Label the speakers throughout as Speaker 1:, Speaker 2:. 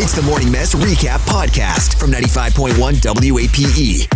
Speaker 1: It's the Morning Mess Recap Podcast from 95.1 WAPE.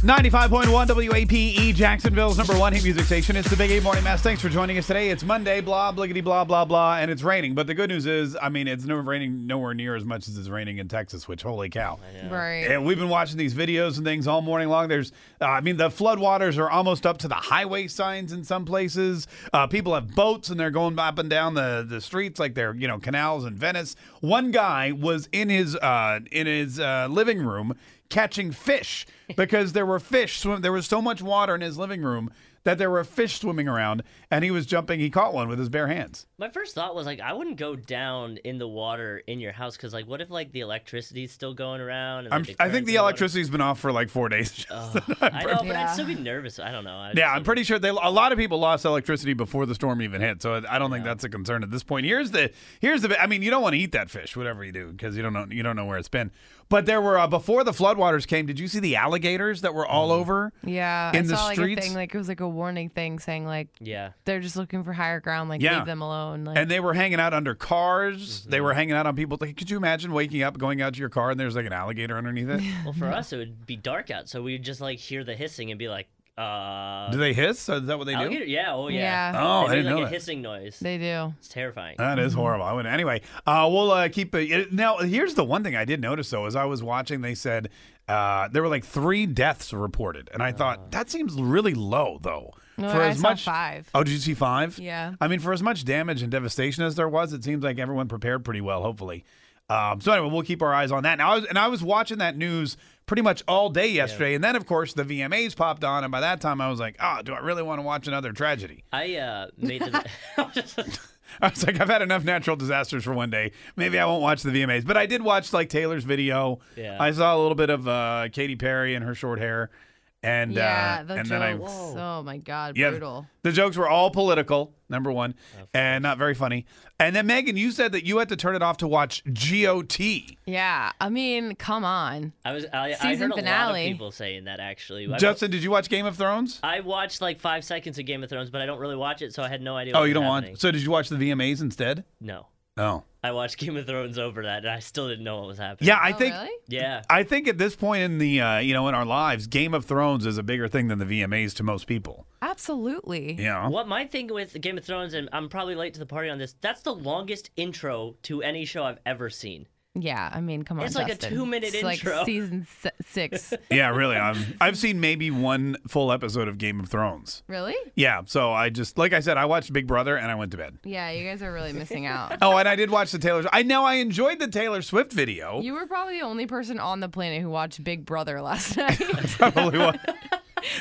Speaker 2: 95.1 WAPE, E, Jacksonville's number one hit music station. It's the Big Eight Morning Mass. Thanks for joining us today. It's Monday, blah, bliggity, blah, blah, blah, and it's raining. But the good news is, I mean, it's no raining nowhere near as much as it's raining in Texas, which, holy cow.
Speaker 3: Right.
Speaker 2: And we've been watching these videos and things all morning long. There's, uh, I mean, the floodwaters are almost up to the highway signs in some places. Uh, people have boats and they're going up and down the, the streets like they're, you know, canals in Venice. One guy was in his uh, in his uh, living room catching fish because there were fish. Swim- there was so much water in his living room that there were fish swimming around, and he was jumping. He caught one with his bare hands.
Speaker 4: My first thought was like I wouldn't go down in the water in your house because like what if like the electricity's still going around? And,
Speaker 2: I'm,
Speaker 4: like,
Speaker 2: I think the
Speaker 4: current's
Speaker 2: electricity's been off for like four days.
Speaker 4: in the water. I know, but
Speaker 3: Yeah.
Speaker 4: I'd still be nervous. I don't know. I
Speaker 2: Yeah, I'm pretty sure they a lot of people lost electricity before the storm even hit, so I don't think that's a concern at this point. Here's the here's the bit- I mean, you don't want to eat that fish, whatever you do, because you don't know you don't know where it's been. But there were uh, before the floodwaters came. Did you see the alligators that were all over?
Speaker 3: Yeah.
Speaker 2: in
Speaker 3: I
Speaker 2: the
Speaker 3: saw like
Speaker 2: streets?
Speaker 3: a thing, like it was like a warning thing saying like
Speaker 4: Yeah.
Speaker 3: they're just looking for higher ground, like
Speaker 2: Yeah.
Speaker 3: leave them alone. Like
Speaker 2: And they were hanging out under cars. They were hanging out on people. Like, could you imagine waking up, going out to your car, and there's like an alligator underneath it?
Speaker 4: Well, for us it would be dark out, so we'd just like hear the hissing and be like, uh.
Speaker 2: do they hiss? Is that what they do?
Speaker 4: alligator? Yeah. Oh yeah.
Speaker 3: Yeah.
Speaker 2: Oh,
Speaker 4: They
Speaker 2: I
Speaker 4: made,
Speaker 2: didn't
Speaker 4: like
Speaker 2: know
Speaker 4: a
Speaker 2: that.
Speaker 4: hissing noise.
Speaker 3: they do.
Speaker 4: It's terrifying.
Speaker 2: That is
Speaker 3: Mm-hmm.
Speaker 2: horrible. I wouldn't. Anyway, uh, we'll uh, keep it. Now, here's the one thing I did notice though, as I was watching, they said uh, there were like three deaths reported, and I thought that seems really low though.
Speaker 3: No, Oh. I saw five.
Speaker 2: Oh, did you see five?
Speaker 3: Yeah.
Speaker 2: I mean, for as much damage and devastation as there was, it seems like everyone prepared pretty well. Hopefully. Um, so anyway, we'll keep our eyes on that. Now, I was, and I was watching that news pretty much all day yesterday, and then of course the VMAs popped on, and by that time I was like, oh, do I really want to watch another tragedy?
Speaker 4: I uh made the.
Speaker 2: I was like, I've had enough natural disasters for one day. Maybe I won't watch the VMAs, but I did watch like Taylor's video.
Speaker 4: Yeah.
Speaker 2: I saw a little bit of uh, Katy Perry and her short hair, and
Speaker 3: yeah,
Speaker 2: uh,
Speaker 3: the
Speaker 2: and
Speaker 3: jokes.
Speaker 2: then I
Speaker 3: oh my god, brutal.
Speaker 2: the jokes were all political, number one, and not very funny. And then Megan, you said that you had to turn it off to watch GOT.
Speaker 3: Yeah. I mean, come on.
Speaker 4: I was. I, I
Speaker 3: Season
Speaker 4: heard a
Speaker 3: finale.
Speaker 4: lot of people saying that actually. I-
Speaker 2: Justin, did you watch Game of Thrones?
Speaker 4: I watched like five seconds of Game of Thrones, but I don't really watch it, so I had no idea.
Speaker 2: Oh,
Speaker 4: what
Speaker 2: you
Speaker 4: was
Speaker 2: don't
Speaker 4: happening.
Speaker 2: want. So did you watch the VMAs instead?
Speaker 4: No.
Speaker 2: Oh,
Speaker 4: I watched Game of Thrones over that, and I still didn't know what was happening.
Speaker 2: yeah. I
Speaker 3: oh,
Speaker 2: think
Speaker 3: really?
Speaker 4: Yeah.
Speaker 2: I think at this point in the uh, you know in our lives, Game of Thrones is a bigger thing than the VMAs to most people.
Speaker 3: Absolutely.
Speaker 2: Yeah.
Speaker 4: What my thing with Game of Thrones, and I'm probably late to the party on this. That's the longest intro to any show I've ever seen.
Speaker 3: Yeah, I mean, come on.
Speaker 4: It's like a
Speaker 3: Justin.
Speaker 4: two-minute
Speaker 3: It's
Speaker 4: intro.
Speaker 3: Like season se- six.
Speaker 2: Yeah, really. I'm, I've seen maybe one full episode of Game of Thrones.
Speaker 3: really?
Speaker 2: Yeah. So I just like I said, I watched Big Brother and I went to bed.
Speaker 3: Yeah, you guys are really missing out.
Speaker 2: Oh, and I did watch the Taylor. I know I enjoyed the Taylor Swift video.
Speaker 3: You were probably the only person on the planet who watched Big Brother last night.
Speaker 2: Probably was.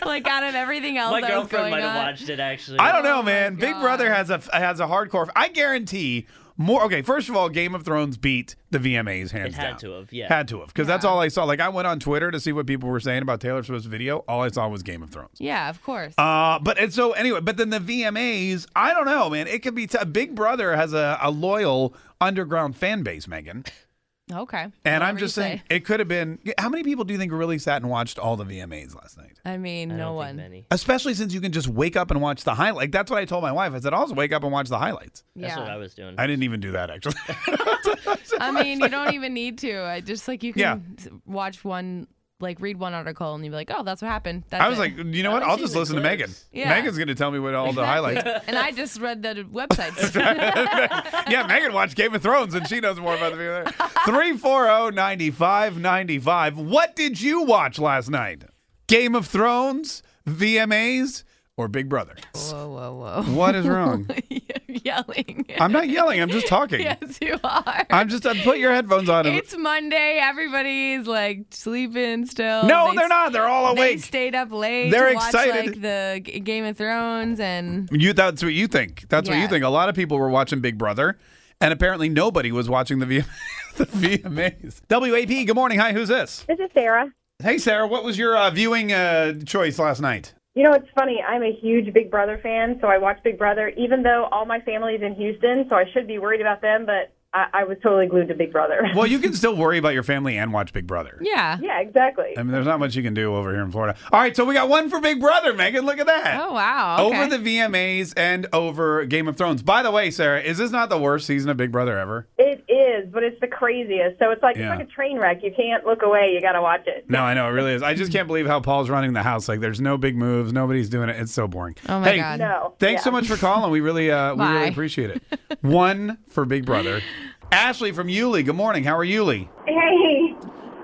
Speaker 3: like out of everything else
Speaker 4: my
Speaker 3: that was
Speaker 4: girlfriend
Speaker 3: going
Speaker 4: might
Speaker 3: on.
Speaker 4: have watched it actually.
Speaker 2: I don't know,
Speaker 3: Oh,
Speaker 2: man.
Speaker 3: my
Speaker 2: Big
Speaker 3: God.
Speaker 2: Brother has a has a hardcore. I guarantee more. Okay, first of all, Game of Thrones beat the VMAs hands
Speaker 4: It had
Speaker 2: down.
Speaker 4: to have, yeah.
Speaker 2: Had to have because that's all I saw. Like I went on Twitter to see what people were saying about Taylor Swift's video. All I saw was Game of Thrones.
Speaker 3: Yeah, of course.
Speaker 2: Uh, but and so anyway, but then the VMAs, I don't know, man. It could be t- Big Brother has a, a loyal underground fan base, Megan.
Speaker 3: okay.
Speaker 2: And I'm
Speaker 3: Whatever
Speaker 2: just
Speaker 3: you
Speaker 2: saying,
Speaker 3: say.
Speaker 2: it could have been. How many people do you think really sat and watched all the VMAs last night?
Speaker 3: I mean,
Speaker 4: I
Speaker 3: no
Speaker 4: don't
Speaker 3: one.
Speaker 4: Think many.
Speaker 2: Especially since you can just wake up and watch the highlight. That's what I told my wife. I said, I'll just wake up and watch the highlights.
Speaker 4: That's what I
Speaker 3: Yeah.
Speaker 4: was doing.
Speaker 2: I didn't even do that actually.
Speaker 3: I mean, you don't even need to. I just like you can
Speaker 2: Yeah.
Speaker 3: s- watch one, like read one article, and you'd be like, "Oh, that's what happened." That's
Speaker 2: I was
Speaker 3: it.
Speaker 2: like, you know what?
Speaker 4: I
Speaker 2: I'll
Speaker 4: see
Speaker 2: just
Speaker 4: the
Speaker 2: listen to Megan.
Speaker 4: clips.
Speaker 3: Yeah.
Speaker 2: Megan's going to tell me what all the highlights.
Speaker 3: and I just read the websites.
Speaker 2: yeah, Megan watched Game of Thrones and she knows more about the people. 340 9595. What did you watch last night? Game of Thrones, VMAs, or Big Brother?
Speaker 3: whoa, whoa, whoa!
Speaker 2: What is wrong?
Speaker 3: You're yelling.
Speaker 2: I'm not yelling, I'm just talking.
Speaker 3: yes, you are.
Speaker 2: I'm just, uh, put your headphones on. and-
Speaker 3: it's Monday. Everybody's like sleeping still.
Speaker 2: no,
Speaker 3: They
Speaker 2: they are
Speaker 3: s-
Speaker 2: not. They're all
Speaker 3: They
Speaker 2: awake.
Speaker 3: stayed up late.
Speaker 2: They're
Speaker 3: to watch,
Speaker 2: excited.
Speaker 3: Like the G- Game of Thrones and
Speaker 2: You that's what you think. That's what you
Speaker 3: Yeah.
Speaker 2: think. A lot of people were watching Big Brother And apparently nobody was watching the, v- the VMAs. WAP, good morning. Hi, who's this?
Speaker 5: This is Sarah.
Speaker 2: Hey, Sarah, what was your uh, viewing uh, choice last night?
Speaker 5: You know, it's funny. I'm a huge Big Brother fan, so I watch Big Brother, even though all my family's in Houston, so I should be worried about them, but I, I was totally glued to Big Brother.
Speaker 2: Well, you can still worry about your family and watch Big Brother.
Speaker 3: Yeah.
Speaker 5: yeah, exactly.
Speaker 2: I mean, there's not much you can do over here in Florida. All right, so we got one for Big Brother, Megan. Look at that.
Speaker 3: Oh wow. Okay.
Speaker 2: Over the VMAs and over Game of Thrones. By the way, Sarah, is this not the worst season of Big Brother ever?
Speaker 5: It is, but it's the craziest. So it's like
Speaker 2: Yeah.
Speaker 5: it's like a train wreck. You can't look away. You got to watch it.
Speaker 2: No, I know it really is. I just can't believe how Paul's running the house. Like, there's no big moves. Nobody's doing it. It's so boring.
Speaker 3: Oh my
Speaker 2: hey,
Speaker 3: God.
Speaker 5: No.
Speaker 2: Thanks
Speaker 5: Yeah.
Speaker 2: so much for calling. We really, uh, we really
Speaker 3: Bye.
Speaker 2: appreciate it. One for Big Brother. Ashley from Yulee. Good morning. How are Yulee?
Speaker 5: Hey,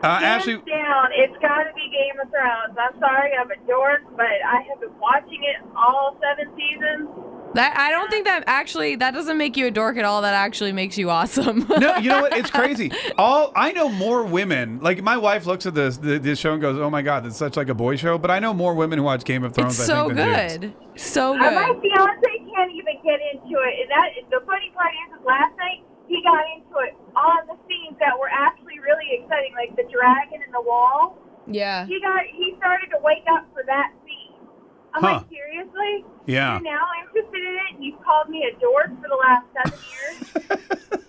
Speaker 2: Uh, Ashley.
Speaker 5: down. It's got to be Game of Thrones. I'm sorry, I'm a dork, but I have been watching it all seven seasons.
Speaker 3: That I don't think that actually that doesn't make you a dork at all. That actually makes you awesome.
Speaker 2: No, you know what? It's crazy. All I know more women. Like my wife looks at this th- this show and goes, "Oh my god, it's such like a boy show." But I know more women who watch Game of Thrones.
Speaker 3: it's
Speaker 2: I
Speaker 3: so
Speaker 2: think, than dudes.
Speaker 3: good. So
Speaker 5: Uh, My
Speaker 3: good.
Speaker 5: fiance can't even get into it, and that the funny part is, is last night he got into it on the scenes that were actually really exciting, like the dragon and the wall.
Speaker 3: Yeah.
Speaker 5: He got he started to wake up for that scene. I'm
Speaker 2: Huh.
Speaker 5: like, seriously?
Speaker 2: Yeah.
Speaker 5: You're now interested in it, and you've called me a dork for the last seven years.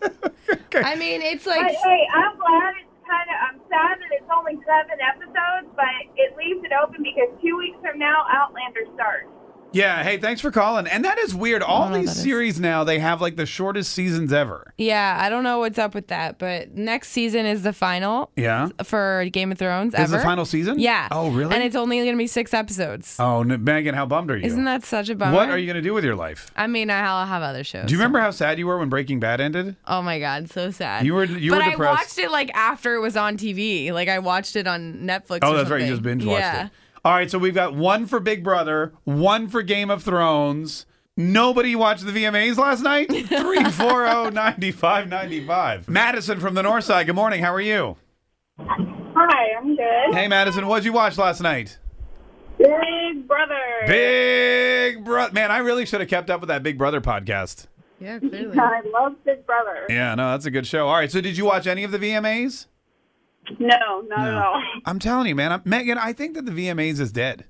Speaker 3: I mean, it's like
Speaker 5: but hey, I'm glad it's kind of. I'm sad that it's only seven episodes, but it leaves it open because two weeks from now, Outlander starts.
Speaker 2: Yeah. Hey, thanks for calling. And that is weird. All
Speaker 3: don't know
Speaker 2: these
Speaker 3: Oh, that is.
Speaker 2: series now they have like the shortest seasons ever.
Speaker 3: yeah, I don't know what's up with that, but next season is the final
Speaker 2: Yeah.
Speaker 3: for Game of Thrones
Speaker 2: Is
Speaker 3: ever.
Speaker 2: the final season?
Speaker 3: Yeah.
Speaker 2: Oh really?
Speaker 3: And it's only going to be 6 episodes.
Speaker 2: oh, N- Megan, how bummed are you?
Speaker 3: Isn't that such a bummer?
Speaker 2: What are you gonna do with your life?
Speaker 3: I mean, I'll have other shows.
Speaker 2: Do you remember how sad you were when Breaking Bad ended?
Speaker 3: Oh my god, so sad.
Speaker 2: You were- you
Speaker 3: but
Speaker 2: were
Speaker 3: I
Speaker 2: depressed.
Speaker 3: watched it like after it was on TV. Like I watched it on Netflix.
Speaker 2: Oh,
Speaker 3: or
Speaker 2: that's right. You
Speaker 3: something.
Speaker 2: just binge watched
Speaker 3: yeah.
Speaker 2: it. All right, so we've got one for Big Brother, one for Game of Thrones. Nobody watched the VMAs last night? 340-9595. Madison from the North Side. Good morning. How are you?
Speaker 5: Hi, I'm good.
Speaker 2: Hey, Madison. What'd you watch last night?
Speaker 5: Big Brother.
Speaker 2: Big Brother. Man, I really should have kept up with that Big Brother podcast.
Speaker 3: Yeah, clearly.
Speaker 5: I love Big Brother.
Speaker 2: Yeah, no, that's a good show. All right, so did you watch any of the VMAs?
Speaker 5: No, not at all.
Speaker 2: I'm telling you, man. I'm, Megan, I think that the VMAs is dead.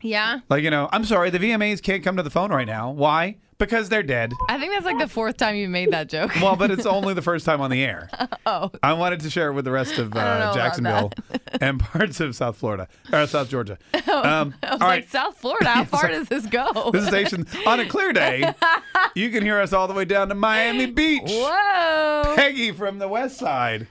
Speaker 3: Yeah.
Speaker 2: Like, you know, I'm sorry, the VMAs can't come to the phone right now. Why? Because they're dead.
Speaker 3: I think that's like the fourth time you made that joke.
Speaker 2: Well, but it's only the first time on the air.
Speaker 3: Oh.
Speaker 2: I wanted to share it with the rest of
Speaker 3: don't know
Speaker 2: uh,
Speaker 3: about
Speaker 2: Jacksonville and parts of South Florida or South Georgia. Um,
Speaker 3: I was
Speaker 2: all
Speaker 3: like,
Speaker 2: right.
Speaker 3: South Florida, how far does this go?
Speaker 2: This station, on a clear day, you can hear us all the way down to Miami Beach.
Speaker 3: Whoa.
Speaker 2: Peggy from the West Side.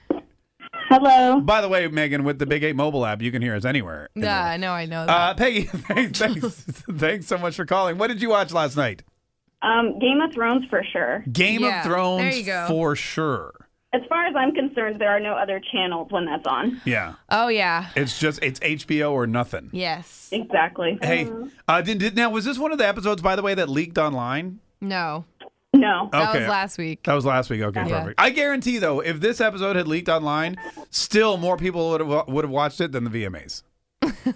Speaker 5: Hello.
Speaker 2: By the way, Megan, with the Big Eight mobile app, you can hear us anywhere. in the
Speaker 3: Yeah,
Speaker 2: world.
Speaker 3: I know, I know that.
Speaker 2: Uh, Peggy, thanks, thanks, thanks so much for calling. What did you watch last night?
Speaker 5: Um, Game of Thrones for sure.
Speaker 2: Game
Speaker 3: Yeah,
Speaker 2: of
Speaker 3: there
Speaker 2: Thrones
Speaker 3: you go.
Speaker 2: for sure.
Speaker 5: As far as I'm concerned, there are no other channels when that's on.
Speaker 2: Yeah.
Speaker 3: oh yeah.
Speaker 2: It's just, it's HBO or nothing.
Speaker 3: Yes.
Speaker 5: Exactly.
Speaker 2: Hey,
Speaker 3: Uh-huh.
Speaker 2: uh, did, did now was this one of the episodes, by the way, that leaked online?
Speaker 3: No.
Speaker 5: No.
Speaker 3: That
Speaker 2: okay,
Speaker 3: was last week.
Speaker 2: That was last week. Okay,
Speaker 3: Yeah.
Speaker 2: perfect. I guarantee though, if this episode had leaked online, still more people would have would have watched it than the VMAs.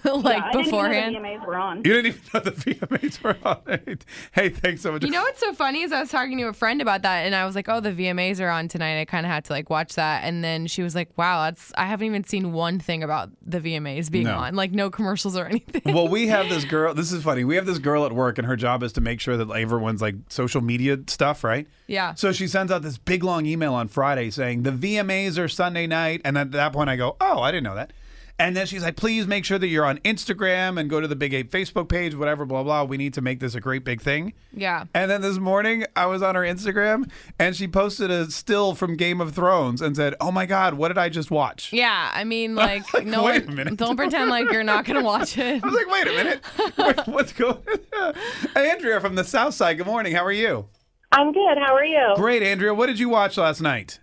Speaker 3: like
Speaker 5: I
Speaker 3: beforehand.
Speaker 5: didn't even know the VMAs were on.
Speaker 2: You didn't even know the VMAs were on. it. hey, thanks so much.
Speaker 3: You know what's so funny is I was talking to a friend about that, and I was like, "Oh, the VMAs are on tonight." I kind of had to like watch that, and then she was like, "Wow, that's I haven't even seen one thing about the VMAs being
Speaker 2: No.
Speaker 3: on, like no commercials or anything."
Speaker 2: well, we have this girl. This is funny. We have this girl at work, and her job is to make sure that everyone's like social media stuff, right?
Speaker 3: Yeah.
Speaker 2: So she sends out this big long email on Friday saying the VMAs are Sunday night, and at that point I go, oh, I didn't know that. And then she's like, please make sure that you're on Instagram and go to the Big Eight Facebook page, whatever, blah blah. We need to make this a great big thing.
Speaker 3: yeah.
Speaker 2: And then this morning, I was on her Instagram and she posted a still from Game of Thrones and said, Oh my God, what did I just watch?
Speaker 3: Yeah, I mean, like, no
Speaker 2: wait
Speaker 3: one-
Speaker 2: a minute.
Speaker 3: don't pretend like you're not gonna watch it.
Speaker 2: I was like, Wait a minute. Wait, what's going on? Andrea from the South Side, good morning. How are you?
Speaker 5: I'm good. How are you?
Speaker 2: Great, Andrea. What did you watch last night?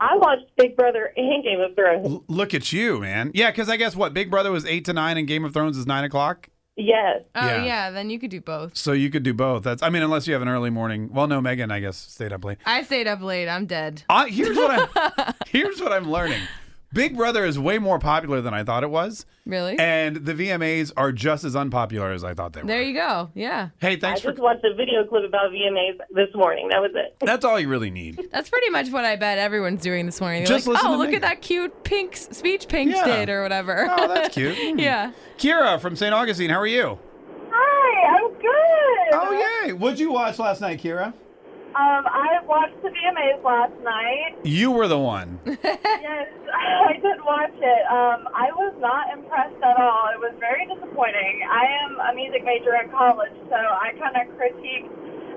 Speaker 5: I watched Big Brother and Game of Thrones.
Speaker 2: L- look at you, man. Yeah, because I guess what? Big Brother was 8 to 9 and Game of Thrones is 9 o'clock.
Speaker 5: Yes.
Speaker 3: Oh
Speaker 2: Yeah.
Speaker 3: yeah. then you could do both.
Speaker 2: So you could do both. That's, I mean, unless you have an early morning. Well, no, Megan, I guess, stayed up late.
Speaker 3: I stayed up late. I'm dead.
Speaker 2: I, here's what I'm here's what I'm learning. Big Brother is way more popular than I thought it was.
Speaker 3: Really?
Speaker 2: And the VMAs are just as unpopular as I thought they were.
Speaker 3: There you go. Yeah.
Speaker 2: hey,
Speaker 6: I
Speaker 2: thanks for.
Speaker 6: just watched a video clip about VMAs this morning. That was it.
Speaker 2: That's all you really need.
Speaker 3: That's pretty much what I bet everyone's doing this morning. They're
Speaker 2: Just
Speaker 3: like,
Speaker 2: listen
Speaker 3: oh,
Speaker 2: to
Speaker 3: look
Speaker 2: Megan."
Speaker 3: at that cute pink s- speech Pink's
Speaker 2: Yeah.
Speaker 3: did or whatever.
Speaker 2: Oh, that's cute. Hmm.
Speaker 3: yeah.
Speaker 2: Kira from St. Augustine, how are you?
Speaker 7: Hi, I'm good.
Speaker 2: Oh, yay. What'd you watch last night, Kira?
Speaker 7: Um, I watched the VMAs last night.
Speaker 2: You were the one.
Speaker 7: yes, I did watch it. Um, I was not impressed at all. It was very disappointing. I am a music major in college, so I kind of critiqued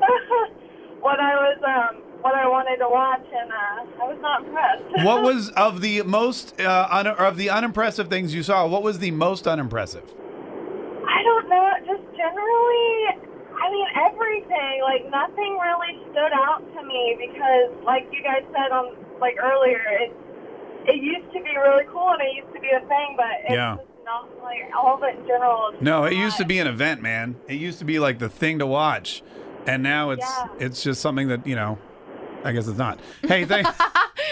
Speaker 7: what I was um, what I wanted to watch, and uh, I was not impressed.
Speaker 2: what was of the most uh, un- of the unimpressive things you saw? What was the most unimpressive?
Speaker 7: I don't know. Just generally, I mean, everything. Like, nothing really stood out to me because, like you guys said on, like earlier, it it used to be really cool and it used to be a thing, but it's
Speaker 2: Yeah.
Speaker 7: just not like all of it in general. is
Speaker 2: No, it
Speaker 7: not.
Speaker 2: used to be an event, man. It used to be like the thing to watch, and now it's
Speaker 7: Yeah.
Speaker 2: it's just something that you know. I guess it's not. Hey, thanks.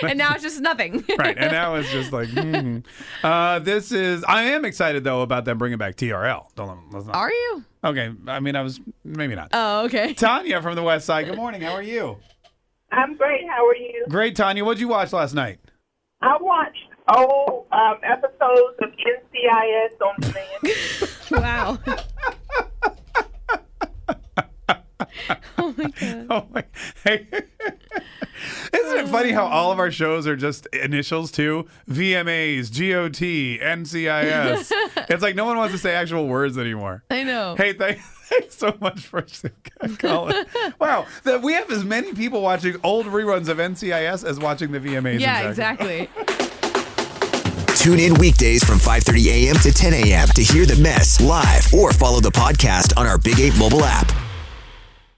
Speaker 3: And now it's just nothing.
Speaker 2: right, and now it's just like hmm. uh, this is. I am excited though about them bringing back TRL. Don't let's not.
Speaker 3: Are you?
Speaker 2: Okay, I mean, I was maybe not.
Speaker 3: Oh, okay.
Speaker 2: Tanya from the West Side. Good morning. How are you?
Speaker 6: I'm great. How are you?
Speaker 2: Great, Tanya. What'd you watch last night?
Speaker 6: I watched old um, episodes of NCIS on demand.
Speaker 3: Wow. oh my god.
Speaker 2: Oh my! Hey, isn't it funny how all of our shows are just initials too? VMAs, GOT, NCIS. it's like no one wants to say actual words anymore.
Speaker 3: I know.
Speaker 2: Hey, thank, thanks so much for calling. wow, that we have as many people watching old reruns of NCIS as watching the VMAs.
Speaker 3: yeah,
Speaker 2: in fact.
Speaker 3: exactly.
Speaker 1: Tune in weekdays from 5:30 a.m. to 10 a.m. to hear the mess live or follow the podcast on our Big 8 mobile app.